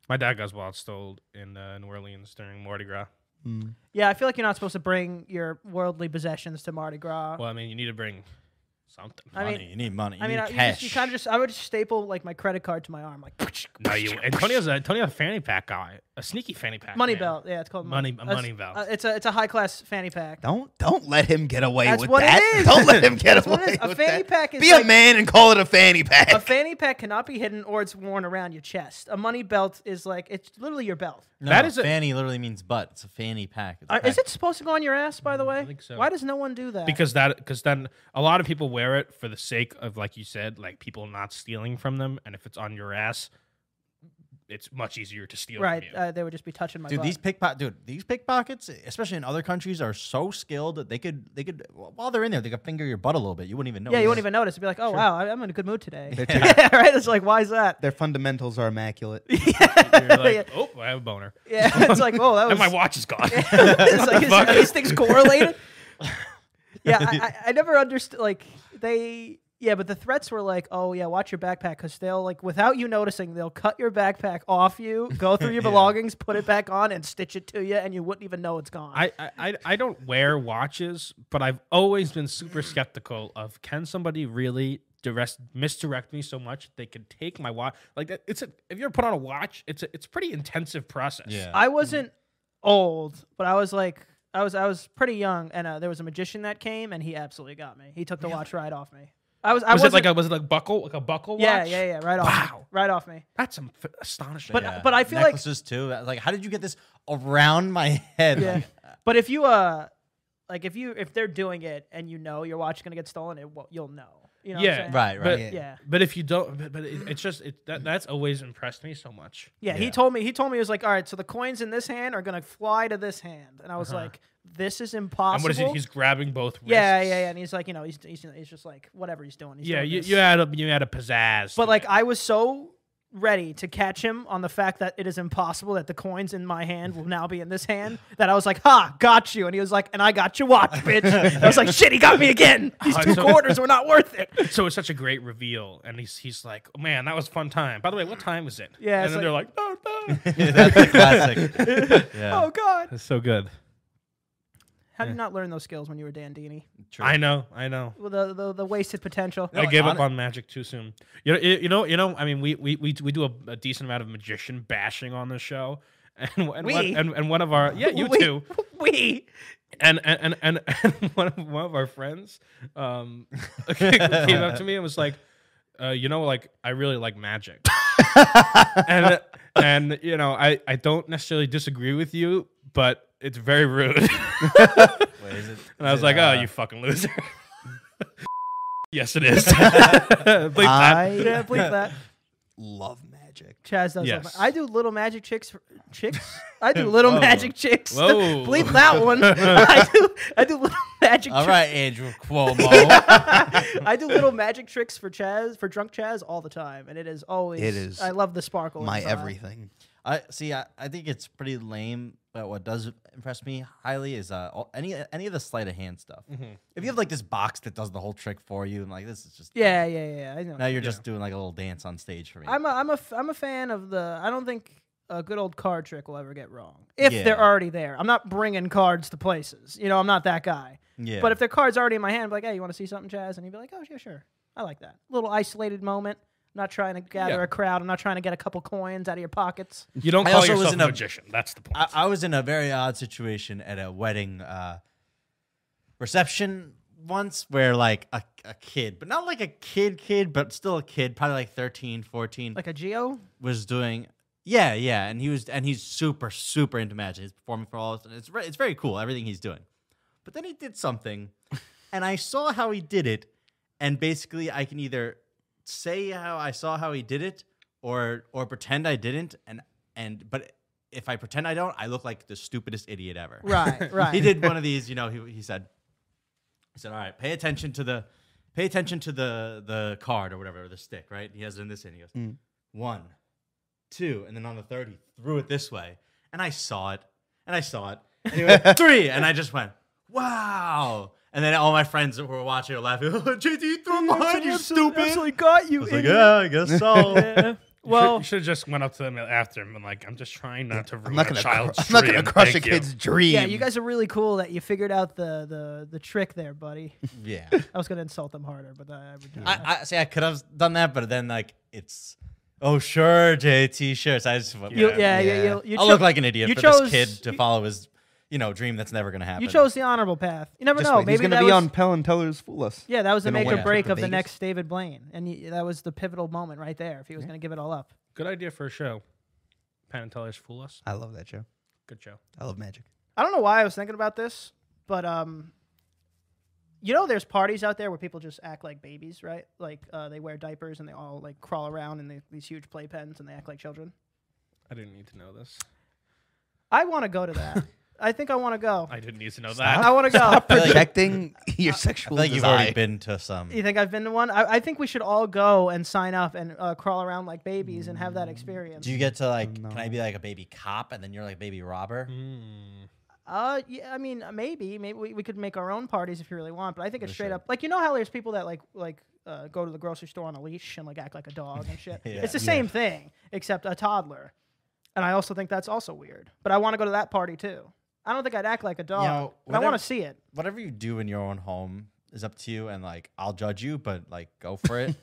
D: My dad got his wallet stolen in uh, New Orleans during Mardi Gras.
A: Mm.
B: yeah, I feel like you're not supposed to bring your worldly possessions to Mardi Gras.
D: Well, I mean, you need to bring something.
B: I
C: money.
B: mean-
C: you need money. You
B: I mean,
C: need
B: I, you,
C: cash.
B: just, you kind of just, I would just staple like my credit card to my arm. Like,
D: no, you. Antonio's a, Antonio's a fanny pack guy. a sneaky fanny
B: (laughs)
D: pack.
B: Money
D: man.
B: belt. Yeah, it's called
D: Money- a
B: That's-
D: money belt.
B: uh, it's a it's a high class fanny pack.
A: Don't don't let him get away
B: That's
A: with
B: what it
A: that.
B: is.
A: Don't let
B: (laughs)
A: him get
B: That's
A: away
B: what it is. A
A: with
B: fanny
A: that.
B: pack is
A: Be
B: like-
A: a man and call it a fanny pack.
B: A fanny pack cannot be hidden or it's worn around your chest. A money belt is like it's literally your belt.
C: No,
D: That
C: no,
D: is a-
C: fanny. literally means butt. It's a fanny pack. It's a
B: Uh, is
C: pack.
B: it supposed to go on your ass? By the way,
D: Mm, think so.
B: why does no one do that?
D: because that because then a lot of people wear it for the sake of like you said like people not stealing from them and if it's on your ass it's much easier to steal
B: right,
D: from you.
B: uh, they would just be touching my.
C: Dude,
B: butt.
C: these pickpocket, dude, these pickpockets, especially in other countries, are so skilled that they could, they could, while they're in there, they could finger your butt a little bit. You wouldn't even know.
B: yeah, you won't even notice. It'd be like, oh wow, I- I'm in a good mood today. (laughs)
A: They're too-
B: yeah, right. It's like, why is that? (laughs)
A: Their fundamentals are immaculate.
D: You're
B: yeah.
D: like, oh, I have a boner.
B: Yeah, it's like, oh, that was.
D: and my watch
B: (laughs)
D: is gone. (laughs)
B: it's like,
D: the
B: is-
D: fuck?
B: are these things correlated?
D: (laughs)
B: yeah, I, I, I never understood. Like they, yeah, but the threats were like, oh yeah, watch your backpack because they'll like without you noticing, they'll cut your backpack off you, go
D: (laughs)
B: through your belongings, put it back on, and stitch it to you, and you wouldn't even know it's gone.
D: I, I- I I don't wear watches, but I've always been super skeptical of can somebody really direct misdirect me so much they could take my watch like that it's a if you're put on a watch it's a, it's a pretty intensive process
C: Yeah.
B: I wasn't old, but I was like I was I was pretty young, and uh, there was a magician that came, and he absolutely got me. He took the watch right off me. I was I
D: was it
B: wasn't-
D: like a was it like buckle like a buckle
B: yeah
D: watch
B: yeah yeah right off me,
D: Wow.
B: right off me.
D: that's um, f- astonishing
B: But- but I feel like-
C: necklaces too. Uh, Like, how did you get this around my head?
B: Yeah,
C: Like,
B: (laughs) but if you uh like if you if they're doing it and you know your watch is gonna get stolen, it will, you'll know. You know what I'm
D: Yeah,
B: saying?
C: right, right.
D: But-
A: Yeah.
B: Yeah.
D: But if you don't, but, but it, it's just it, that that's always impressed me so much.
B: Yeah, he
C: Yeah.
B: told me. He told me he was like, "All right, so the coins in this hand are gonna fly to this hand," and I was like, "This is impossible."
D: Uh-huh. And what is it? He's grabbing both. Wrists.
B: yeah, yeah, yeah. And he's like, you know, he's he's, he's just like whatever he's doing. He's
D: yeah.
B: doing
D: You,
B: this.
D: you add a you add a pizzazz.
B: But
D: to
B: like
D: it.
B: I was so ready to catch him on the fact that it is impossible that the coins in my hand will now be in this hand that I was like, "Ha, got you." And he was like, "And I got your watch, bitch." And I was like, "Shit, he got me again. These
D: Oh,
B: two
D: so-
B: quarters were not worth it."
D: so it's such a great reveal, and he's he's like, oh, man, that was a fun time. By the way, what time was it?
B: Yeah,
D: and
B: it's
D: then they're like, no, no. (laughs)
C: That's a classic. yeah,
B: Oh god.
D: That's so good.
B: How did you not learn those skills when you were Dandini?
C: true.
D: I know, I know.
B: Well, the, the the wasted potential. (laughs)
D: I
C: No,
D: gave up
C: hon-
D: on magic too soon. You know, you you know, you know. I mean, we we we, we do a, a decent amount of magician bashing on this show, (laughs) and and, one-
B: We?
D: and, and one of our yeah,
B: (laughs)
D: you
B: we,
D: too.
B: We.
D: and and and, (laughs) and, and one, of, one of our friends um, (laughs) came up to me and was like, uh, you know, like I really like magic, (laughs) and and you know, I I don't necessarily disagree with you, but it's very rude. (laughs) and
C: Wait, is it-
D: I
C: is
D: was
C: it,
D: like, oh,
C: uh,
D: you fucking loser. (laughs) yes, it (laughs) is. Bleep that.
A: I
B: Yeah, believe that.
A: love magic.
B: Chaz does.
D: Yes.
B: Yes. I do little magic chicks. Chicks. I do little
C: Whoa.
B: magic chicks. (laughs)
D: Whoa.
B: Bleep that one. (laughs) I do. I do little magic.
C: All
B: tri-
C: right, Andrew
D: (laughs)
C: Cuomo.
B: I do little magic tricks for Chaz for drunk Chaz all the time, and it is always.
A: It is
B: I love the sparkle. in
A: My
B: his eye.
A: everything.
C: I see. I, I think it's pretty lame, but what does impress me highly is uh all- any any of the sleight of hand stuff.
B: Mm-hmm.
C: If you have like this box that does the whole trick for you, and like this is just
B: Yeah, yeah, yeah. I know.
C: Now you're just doing like a little dance on stage for me.
B: I'm a, I'm a, f- I'm a fan of the. I don't think a good old card trick will ever get wrong if
C: Yeah.
B: they're already there. I'm not bringing cards to places. You know, I'm not that guy.
C: yeah,
B: But if their card's already in my hand, I'm like, hey, you want to see something, Chaz? And he'd be like, oh, yeah, sure. I like that. Little isolated moment. I'm not trying to gather
D: Yeah.
B: a crowd. I'm not trying to get a couple coins out of your pockets.
D: You don't
C: I
D: call
C: also
D: yourself a
C: wasn't a-
D: magician. That's the point.
C: I, I was in a very odd situation at a wedding uh, reception once where like a, a kid, but not like a kid kid, but still a kid, probably like 13, 14,
B: Like a
C: (laughs)
B: geo?
C: was doing yeah, yeah, and he was and he's super super into magic. He's performing for all of us, and it's re- it's very cool everything he's doing. But then he did something and I saw how he did it and basically I can either say how I saw how he did it or or pretend I didn't and and but if I pretend I don't, I look like the stupidest idiot ever.
B: Right, right.
C: He
B: (laughs)
C: did one of these, you know, he, he said he said, "All right, pay attention to the pay attention to the the card or whatever, the stick, right?" He has it in this hand. He goes,
B: Mm.
C: "One, two, and then on the third, he threw it this way, and I saw it, and I saw it, and
B: (laughs)
C: he went, three, and I just went, wow. And then all my friends that were watching were laughing. (laughs) Oh, JT, you threw it behind you, stupid.
B: Absolutely got you.
C: I was like,
B: idiot.
C: yeah, I
B: (laughs)
C: guess so.
B: Yeah. Well,
D: you should have just went up to them after him and like, I'm just trying not to ruin
A: I'm not
D: a
A: gonna.
D: child's
A: cru- I'm not gonna
D: dream,
A: crush a
D: thank you."
A: kid's dream.
B: yeah, you guys are really cool that you figured out the the, the trick there, buddy.
C: yeah.
B: I was going to insult them harder, but I, I, would-
C: I, I see. I could have done that, but then like it's Oh sure, JT shirts. I just
B: You,
C: whatever.
A: (laughs)
B: yeah,
A: yeah.
B: You, you, you
C: I
B: cho-
C: look like an idiot
B: you
C: for
B: chose-
C: this kid to
B: you-
C: follow his, you know, dream that's never gonna happen.
B: you chose the honorable path. You never
A: Just
B: know.
A: wait,
B: Maybe
A: he's gonna
B: that
A: be
B: was,
A: on Pell and Teller's Fool Us.
B: Yeah, that was the
A: Gonna
B: make
A: win
B: or
A: a
B: break
A: trip to
B: of the
A: Vegas.
B: next David Blaine, and y that was the pivotal moment right there. If he was going to give it all up,
D: Good idea for a show. Penn and Teller's Fool Us.
A: I love that show.
D: Good show.
A: I love magic.
B: I don't know why I was thinking about this, but um, you know, there's parties out there where people just act like babies, right? Like uh, they wear diapers and they all like crawl around in the, these huge playpens and they act like children.
D: I didn't need to know this.
B: I want to go
A: (laughs)
B: to that. I think I want to go.
D: I didn't need to know
A: Stop.
B: I want to go.
C: feel like-
A: (laughs) Projecting your
C: I feel
A: sexual
C: like you've already
A: desire.
C: been to some.
B: You think I've been to one? I, I think we should all go and sign up and uh, crawl around like babies and have that experience.
C: Mm. Do you get to like?
A: No.
C: Can I be like a baby cop and then you're like a baby robber?
D: that. Mm.
B: Uh, yeah, I mean, uh, maybe, maybe we, we could make our own parties if you really want. But I think it's
C: We
B: straight
C: should.
B: up like you know how there's people that like like uh, go to the grocery store on a leash and like act like a dog and shit.
C: (laughs) Yeah.
B: It's the
C: Yeah.
B: same thing except a toddler. And I also think that's also weird. But I want to go to that party too. I don't think I'd act like a dog.
C: know,
B: but I want
C: whatever-
B: to see it.
C: Whatever you do in your own home is up to you, and like I'll judge you, but like go for
B: (laughs)
C: it.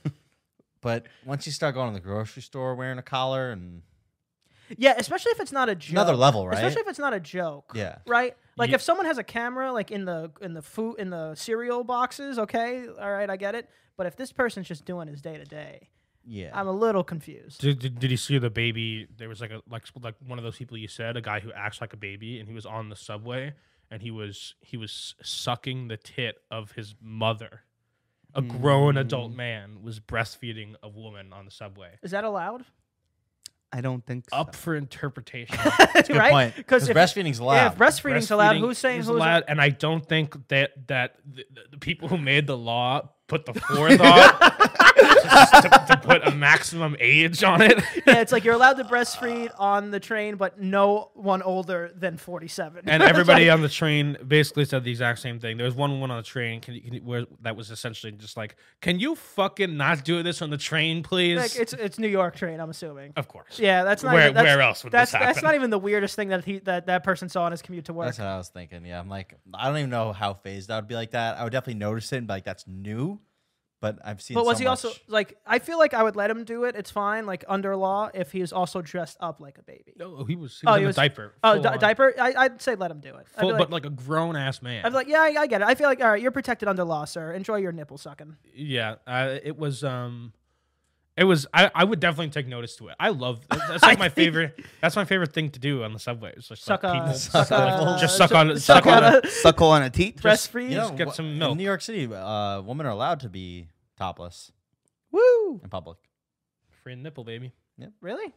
C: but once you start going to the grocery store wearing a collar and
B: Yeah, especially if it's not a joke.
C: another level, right?
B: Especially if it's not a joke.
C: Yeah.
B: Right? Like
D: You-
B: if someone has a camera like in the in the food in the cereal boxes, okay, all right, I get it. But if this person's just doing his day to day,
C: yeah.
B: I'm a little confused.
D: Did, did, did you see the baby? There was like a like like one of those people you said, a guy who acts like a baby, and he was on the subway, and he was he was sucking the tit of his mother. A grown adult man was breastfeeding a woman on the subway.
B: Is that
D: (laughs)
B: allowed?
A: I don't think so.
D: Up for interpretation.
B: That's (laughs)
C: Good point. Because
B: if,
C: breastfeeding's
B: yeah,
C: allowed.
B: if breastfeeding's allowed,
D: Breastfeeding
B: who's saying
D: is
B: who's
D: allowed? And I don't think that that the, the people who made the law put
B: (laughs)
D: the forethought to, to put a maximum age on it.
B: (laughs) Yeah, it's like you're allowed
D: (laughs)
B: to breastfeed on the train, but no one older than 47.
D: and everybody on the train basically said the exact same thing. There was one woman on the train can you, can you, where that was essentially just like, "Can you fucking not do this on the train, please?"
B: (laughs) like, it's it's New York train, I'm assuming.
D: of course.
B: Yeah, that's not
D: Where-
B: even, that's,
D: where else would
B: that's,
D: this
B: That's
D: happen?
B: not even the weirdest thing that he that that person saw on his commute to work.
C: That's what I was thinking. Yeah, I'm like, I don't even know how phased I would be like that. I would definitely notice it and be like, that's new. But I've seen.
B: But was
C: so
B: he also
C: much-
B: like? I feel like I would let him do it. It's fine, like under law, if he is also dressed up like a baby.
D: No, he was. He
B: Oh,
D: was in
B: he
D: a
B: was-
D: diaper.
B: Oh,
D: full
B: di-
D: on.
B: diaper. I, I'd say let him do it. I'd be
D: Full,
B: like,
D: but like a grown ass man.
B: I'd be like, yeah, I, I get it. I feel like all right, you're protected under law, sir. Enjoy your nipple sucking.
D: yeah, uh, it was. Um, it was. I, I would definitely take notice to it. I love. That's
B: (laughs)
D: that's like my favorite. That's my favorite thing to do on the subway. It's just
B: Suck
D: like
B: a-
D: people
B: suck
D: like,
B: a-
D: just
B: (laughs)
D: suck
B: suck-
D: on
B: suck
D: suck on
B: on
D: a (laughs)
B: a-
A: Suckle on a teeth.
B: Breastfeed.
C: You know,
D: Just get
C: what-
D: some milk.
C: In New York City, uh, women are allowed to be topless
B: Woo!
C: in public.
D: free nipple, baby.
B: Really?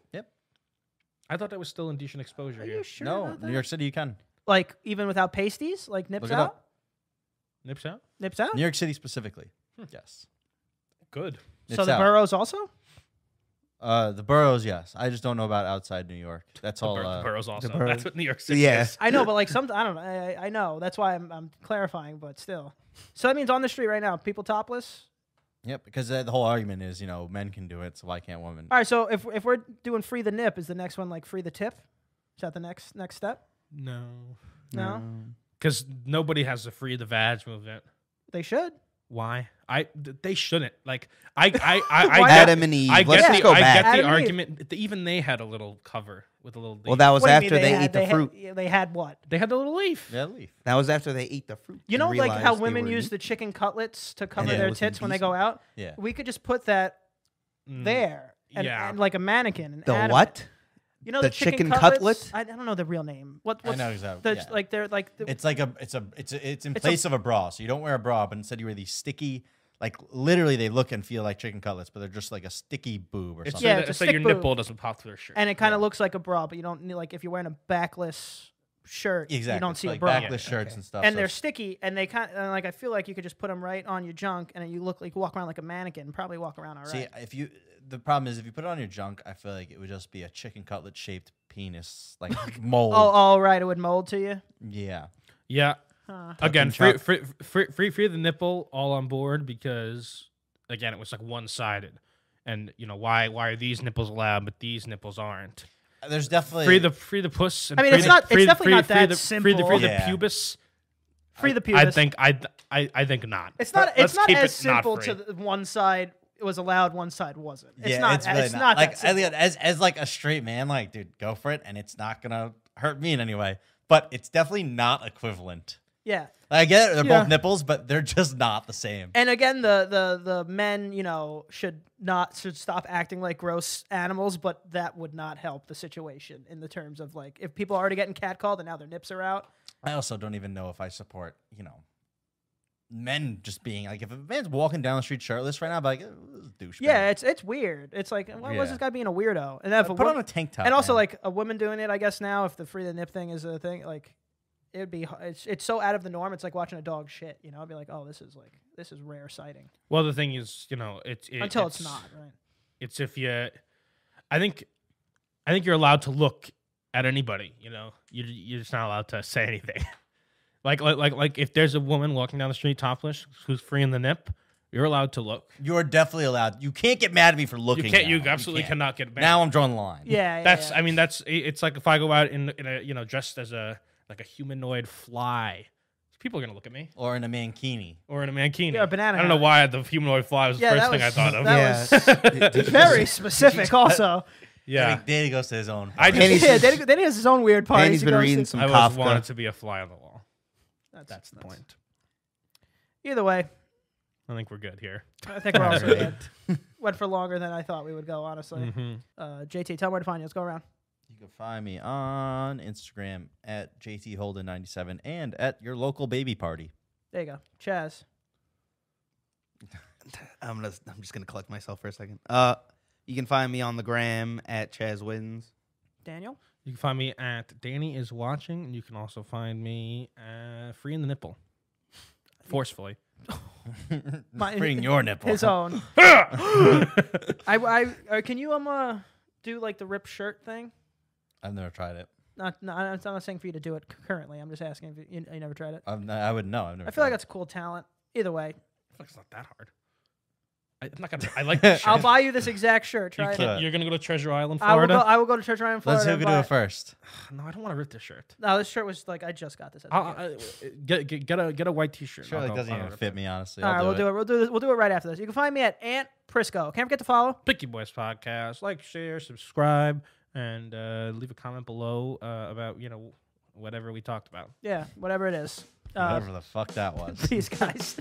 D: I thought that was still indecent exposure.
B: Are
D: here.
B: you sure?
C: no,
B: about
C: New
B: that?
C: York City, you can.
B: Like even without pasties, like nips
C: Look it
B: out,
C: up.
D: Nips out.
B: nips out.
C: New York City specifically.
D: Hmm.
C: Yes.
D: Good.
B: so
C: It's
B: the
C: out.
B: boroughs also.
C: Uh, the boroughs, yes. I just don't know about outside New York. That's all.
D: Bur-
C: uh,
D: the boroughs also.
A: borough-
D: That's what New York City
A: Yeah.
D: is.
B: I know, but
C: (laughs)
B: like some, I don't know. I, I- I know. That's why I'm, I'm clarifying, but still. So that means on the street right now, people topless.
C: Yep, because uh, the whole argument is, you know, men can do it, so why can't women?
B: All right, so if if we're doing free the nip, is the next one like free the tip? Is that the next next step?
D: No.
B: No,
D: Because nobody has the free the vag movement.
B: they should.
D: Why? I th- they shouldn't. Like
B: (laughs)
D: I I I,
B: Why
D: I
B: not?
D: get,
A: Adam and Eve.
D: I get
A: Let's
D: the,
A: go
D: I
A: back.
B: Adam
D: get the
B: and Eve.
D: argument. th- Even they had a little cover with a little.
A: well,
D: leaf.
A: that was
B: What do you
A: after
B: mean
A: they,
B: had-
A: ate the
B: they had-
A: fruit.
B: yeah, they had what?
D: they had the little leaf.
C: Yeah, leaf.
A: That was after they ate the fruit.
B: You
A: and
B: know, like how
A: realized they
B: women
A: were
B: use
A: neat.
B: the chicken cutlets to cover
C: Yeah, it
B: their
C: was
B: tits when they go out.
C: Yeah.
B: We could just put that
D: Mm.
B: there. And,
D: Yeah.
B: and like a mannequin. And
A: the
B: Adam-
A: what?
B: You know the,
A: The chicken cutlet?
B: cutlets? I, I don't know the real name. What?
C: I
B: What's
C: know exactly.
B: The,
C: yeah.
B: Like they're like. The,
C: it's like a, it's a, it's a, it's in
B: It's a-
C: place of a bra, so you don't wear a bra, but instead you wear these sticky, like literally they look and feel like chicken cutlets, but they're just like a sticky boob or
D: It's
C: something.
B: Yeah,
D: so,
B: it's a
D: that, so your
B: stick boob.
D: nipple doesn't pop through their shirt.
B: and it kind of looks like a bra, but you don't need like if you're wearing a backless shirt,
C: exactly.
B: you don't
C: it's
B: see
C: like
B: a bra.
C: backless shirts and stuff.
B: and
C: so
B: they're
C: it's-
B: sticky, and they kind of like I feel like you could just put them right on your junk, and you look like walk around like a mannequin. Probably walk around all right.
C: see if you. The problem is if you put it on your junk, I feel like it would just be a chicken cutlet shaped penis
B: (laughs)
C: like mold.
B: oh, all right, it would mold to you.
C: Yeah,
D: yeah.
B: Huh.
D: Again,
C: and
D: free,
C: chop.
D: free free free free the nipple all on board because again it was like one sided. And you know why? Why are these nipples allowed, but these nipples aren't?
C: there's definitely
D: Free the free the puss. And
B: I mean,
D: free
B: it's
D: the-
B: not- it's
D: free-
B: definitely
D: free-
B: not
D: free
B: that
D: the- Free the,
B: simple.
D: free the
C: Yeah.
D: pubis.
B: Free the pubis.
D: I think I I I think not.
B: it's not.
D: Let's
B: It's not
D: keep
B: as
D: it not
B: simple to
D: free.
B: the one side it was allowed, one side wasn't. It's
C: yeah,
B: not.
C: it's really
B: it's
C: not.
B: not that
C: like
B: simple.
C: Elliot, as as like a straight man, like dude, go for it, and it's not gonna hurt me in any way. But it's definitely not equivalent.
B: yeah.
C: Like, I get it, they're
B: Yeah.
C: both nipples, but they're just not the same.
B: And again, the the the men, you know, should not should stop acting like gross animals, but that would not help the situation in the terms of like if people are already getting catcalled and now their nips are out.
C: I also don't even know if I support, you know, men just being like, if a man's walking down the street shirtless right now, I'd be like, "Eh, this is a douchebag."
B: Yeah, it's it's weird. It's like why was
C: Yeah.
B: this guy being a weirdo? And then if a
C: put
B: wo-
C: on a tank top.
B: and also
C: man.
B: like a woman doing it, I guess now if the free the nip thing is a thing, like it'd be h- it's it's so out of the norm. It's like watching a dog shit. You know, I'd be like, oh, this is like this is rare sighting
D: Well, the thing is, you know, it's it,
B: until it's, not right.
D: It's if you, I think, I think you're allowed to look at anybody. You know, you you're just not allowed to say anything. (laughs) like like like like if there's a woman walking down the street topless who's freeing the nip, you're allowed to look.
C: you're definitely allowed. You can't get mad at me for looking.
D: you can't.
C: now.
D: You absolutely
C: can't.
D: cannot get mad.
C: Now I'm drawing the line.
B: Yeah, yeah,
D: that's.
B: yeah.
D: I mean, that's. i- It's like if I go out in in a you know dressed as a like a humanoid fly, people are gonna look at me.
C: Or in a mankini.
D: Or in a mankini.
B: Yeah, a banana
D: I don't know
B: hammock.
D: why the humanoid fly was the
B: Yeah, that
D: first thing I
B: was-
D: thought of.
B: that-
A: was (laughs)
B: very specific. Also,
D: yeah.
C: Like, Danny goes to his own.
D: I
C: party.
D: just-
A: Danny's-
B: (laughs) yeah, then then he has his own weird parties.
A: Danny's
B: he
A: been
B: goes
A: reading
B: to.
A: some
D: I always
A: Kafka.
D: wanted to be a fly on the wall.
B: That's,
D: That's the point.
B: Either way,
D: I think we're good here.
B: I think we're all
D: Alright.
B: good. Went for longer than I thought we would go. Honestly,
D: Hmm.
B: uh, JT, tell me where to find you. Let's go around.
C: You can find me on Instagram at JT Holden97 and at your local baby party. (laughs)
B: There you go, Chaz.
A: I'm gonna. I'm just gonna collect myself for a second. Uh, you can find me on the gram at Chaz Wins.
B: Daniel,
D: You can find me at Danny is watching, and you can also find me at Free in the
B: (laughs)
D: Nipple. Forcefully.
B: My-
C: Bring your nipple.
B: his own.
D: I've
B: I, I, uh, can you um uh, do like the rip shirt thing?
C: I've never tried it.
B: Not, no, I'm not saying for you to do it c- currently. I'm just asking if you, you, you never tried it.
C: I've, n- I would know. I've never
B: I feel like
C: tried
B: that's a cool talent. Either
C: (laughs)
B: way,
D: it's not that hard. I, I'm not gonna. I like this
B: (laughs)
D: shirt.
B: I'll buy you this exact shirt.
D: you
B: Try it.
C: can't-
D: are gonna go to Treasure Island,
B: I will go.
D: Florida.
B: I will go to Church Island,
C: it.
B: Florida.
C: Let's see who
B: and
C: can do
B: buy
C: it first.
D: no, I don't want to rip this shirt.
B: No, this shirt was like I just got this. at the
D: I'll,
B: gate.
D: I, get, get get a get a white T-shirt. and
C: Sure,
D: I'll
C: like
D: go-
C: doesn't
D: I'll
C: even
D: rip
C: fit me, honestly.
B: All right,
C: I'll
B: we'll do
C: it.
B: it. We'll do this. We'll do it right after this. You can find me at Aunt Prisco. Can't forget to follow.
D: Picky Boys podcast. Like, share, subscribe, and uh, leave a comment below uh, about you know whatever we talked about.
B: Yeah, whatever it is. Uh, (laughs)
C: Whatever the fuck that was.
B: peace, guys.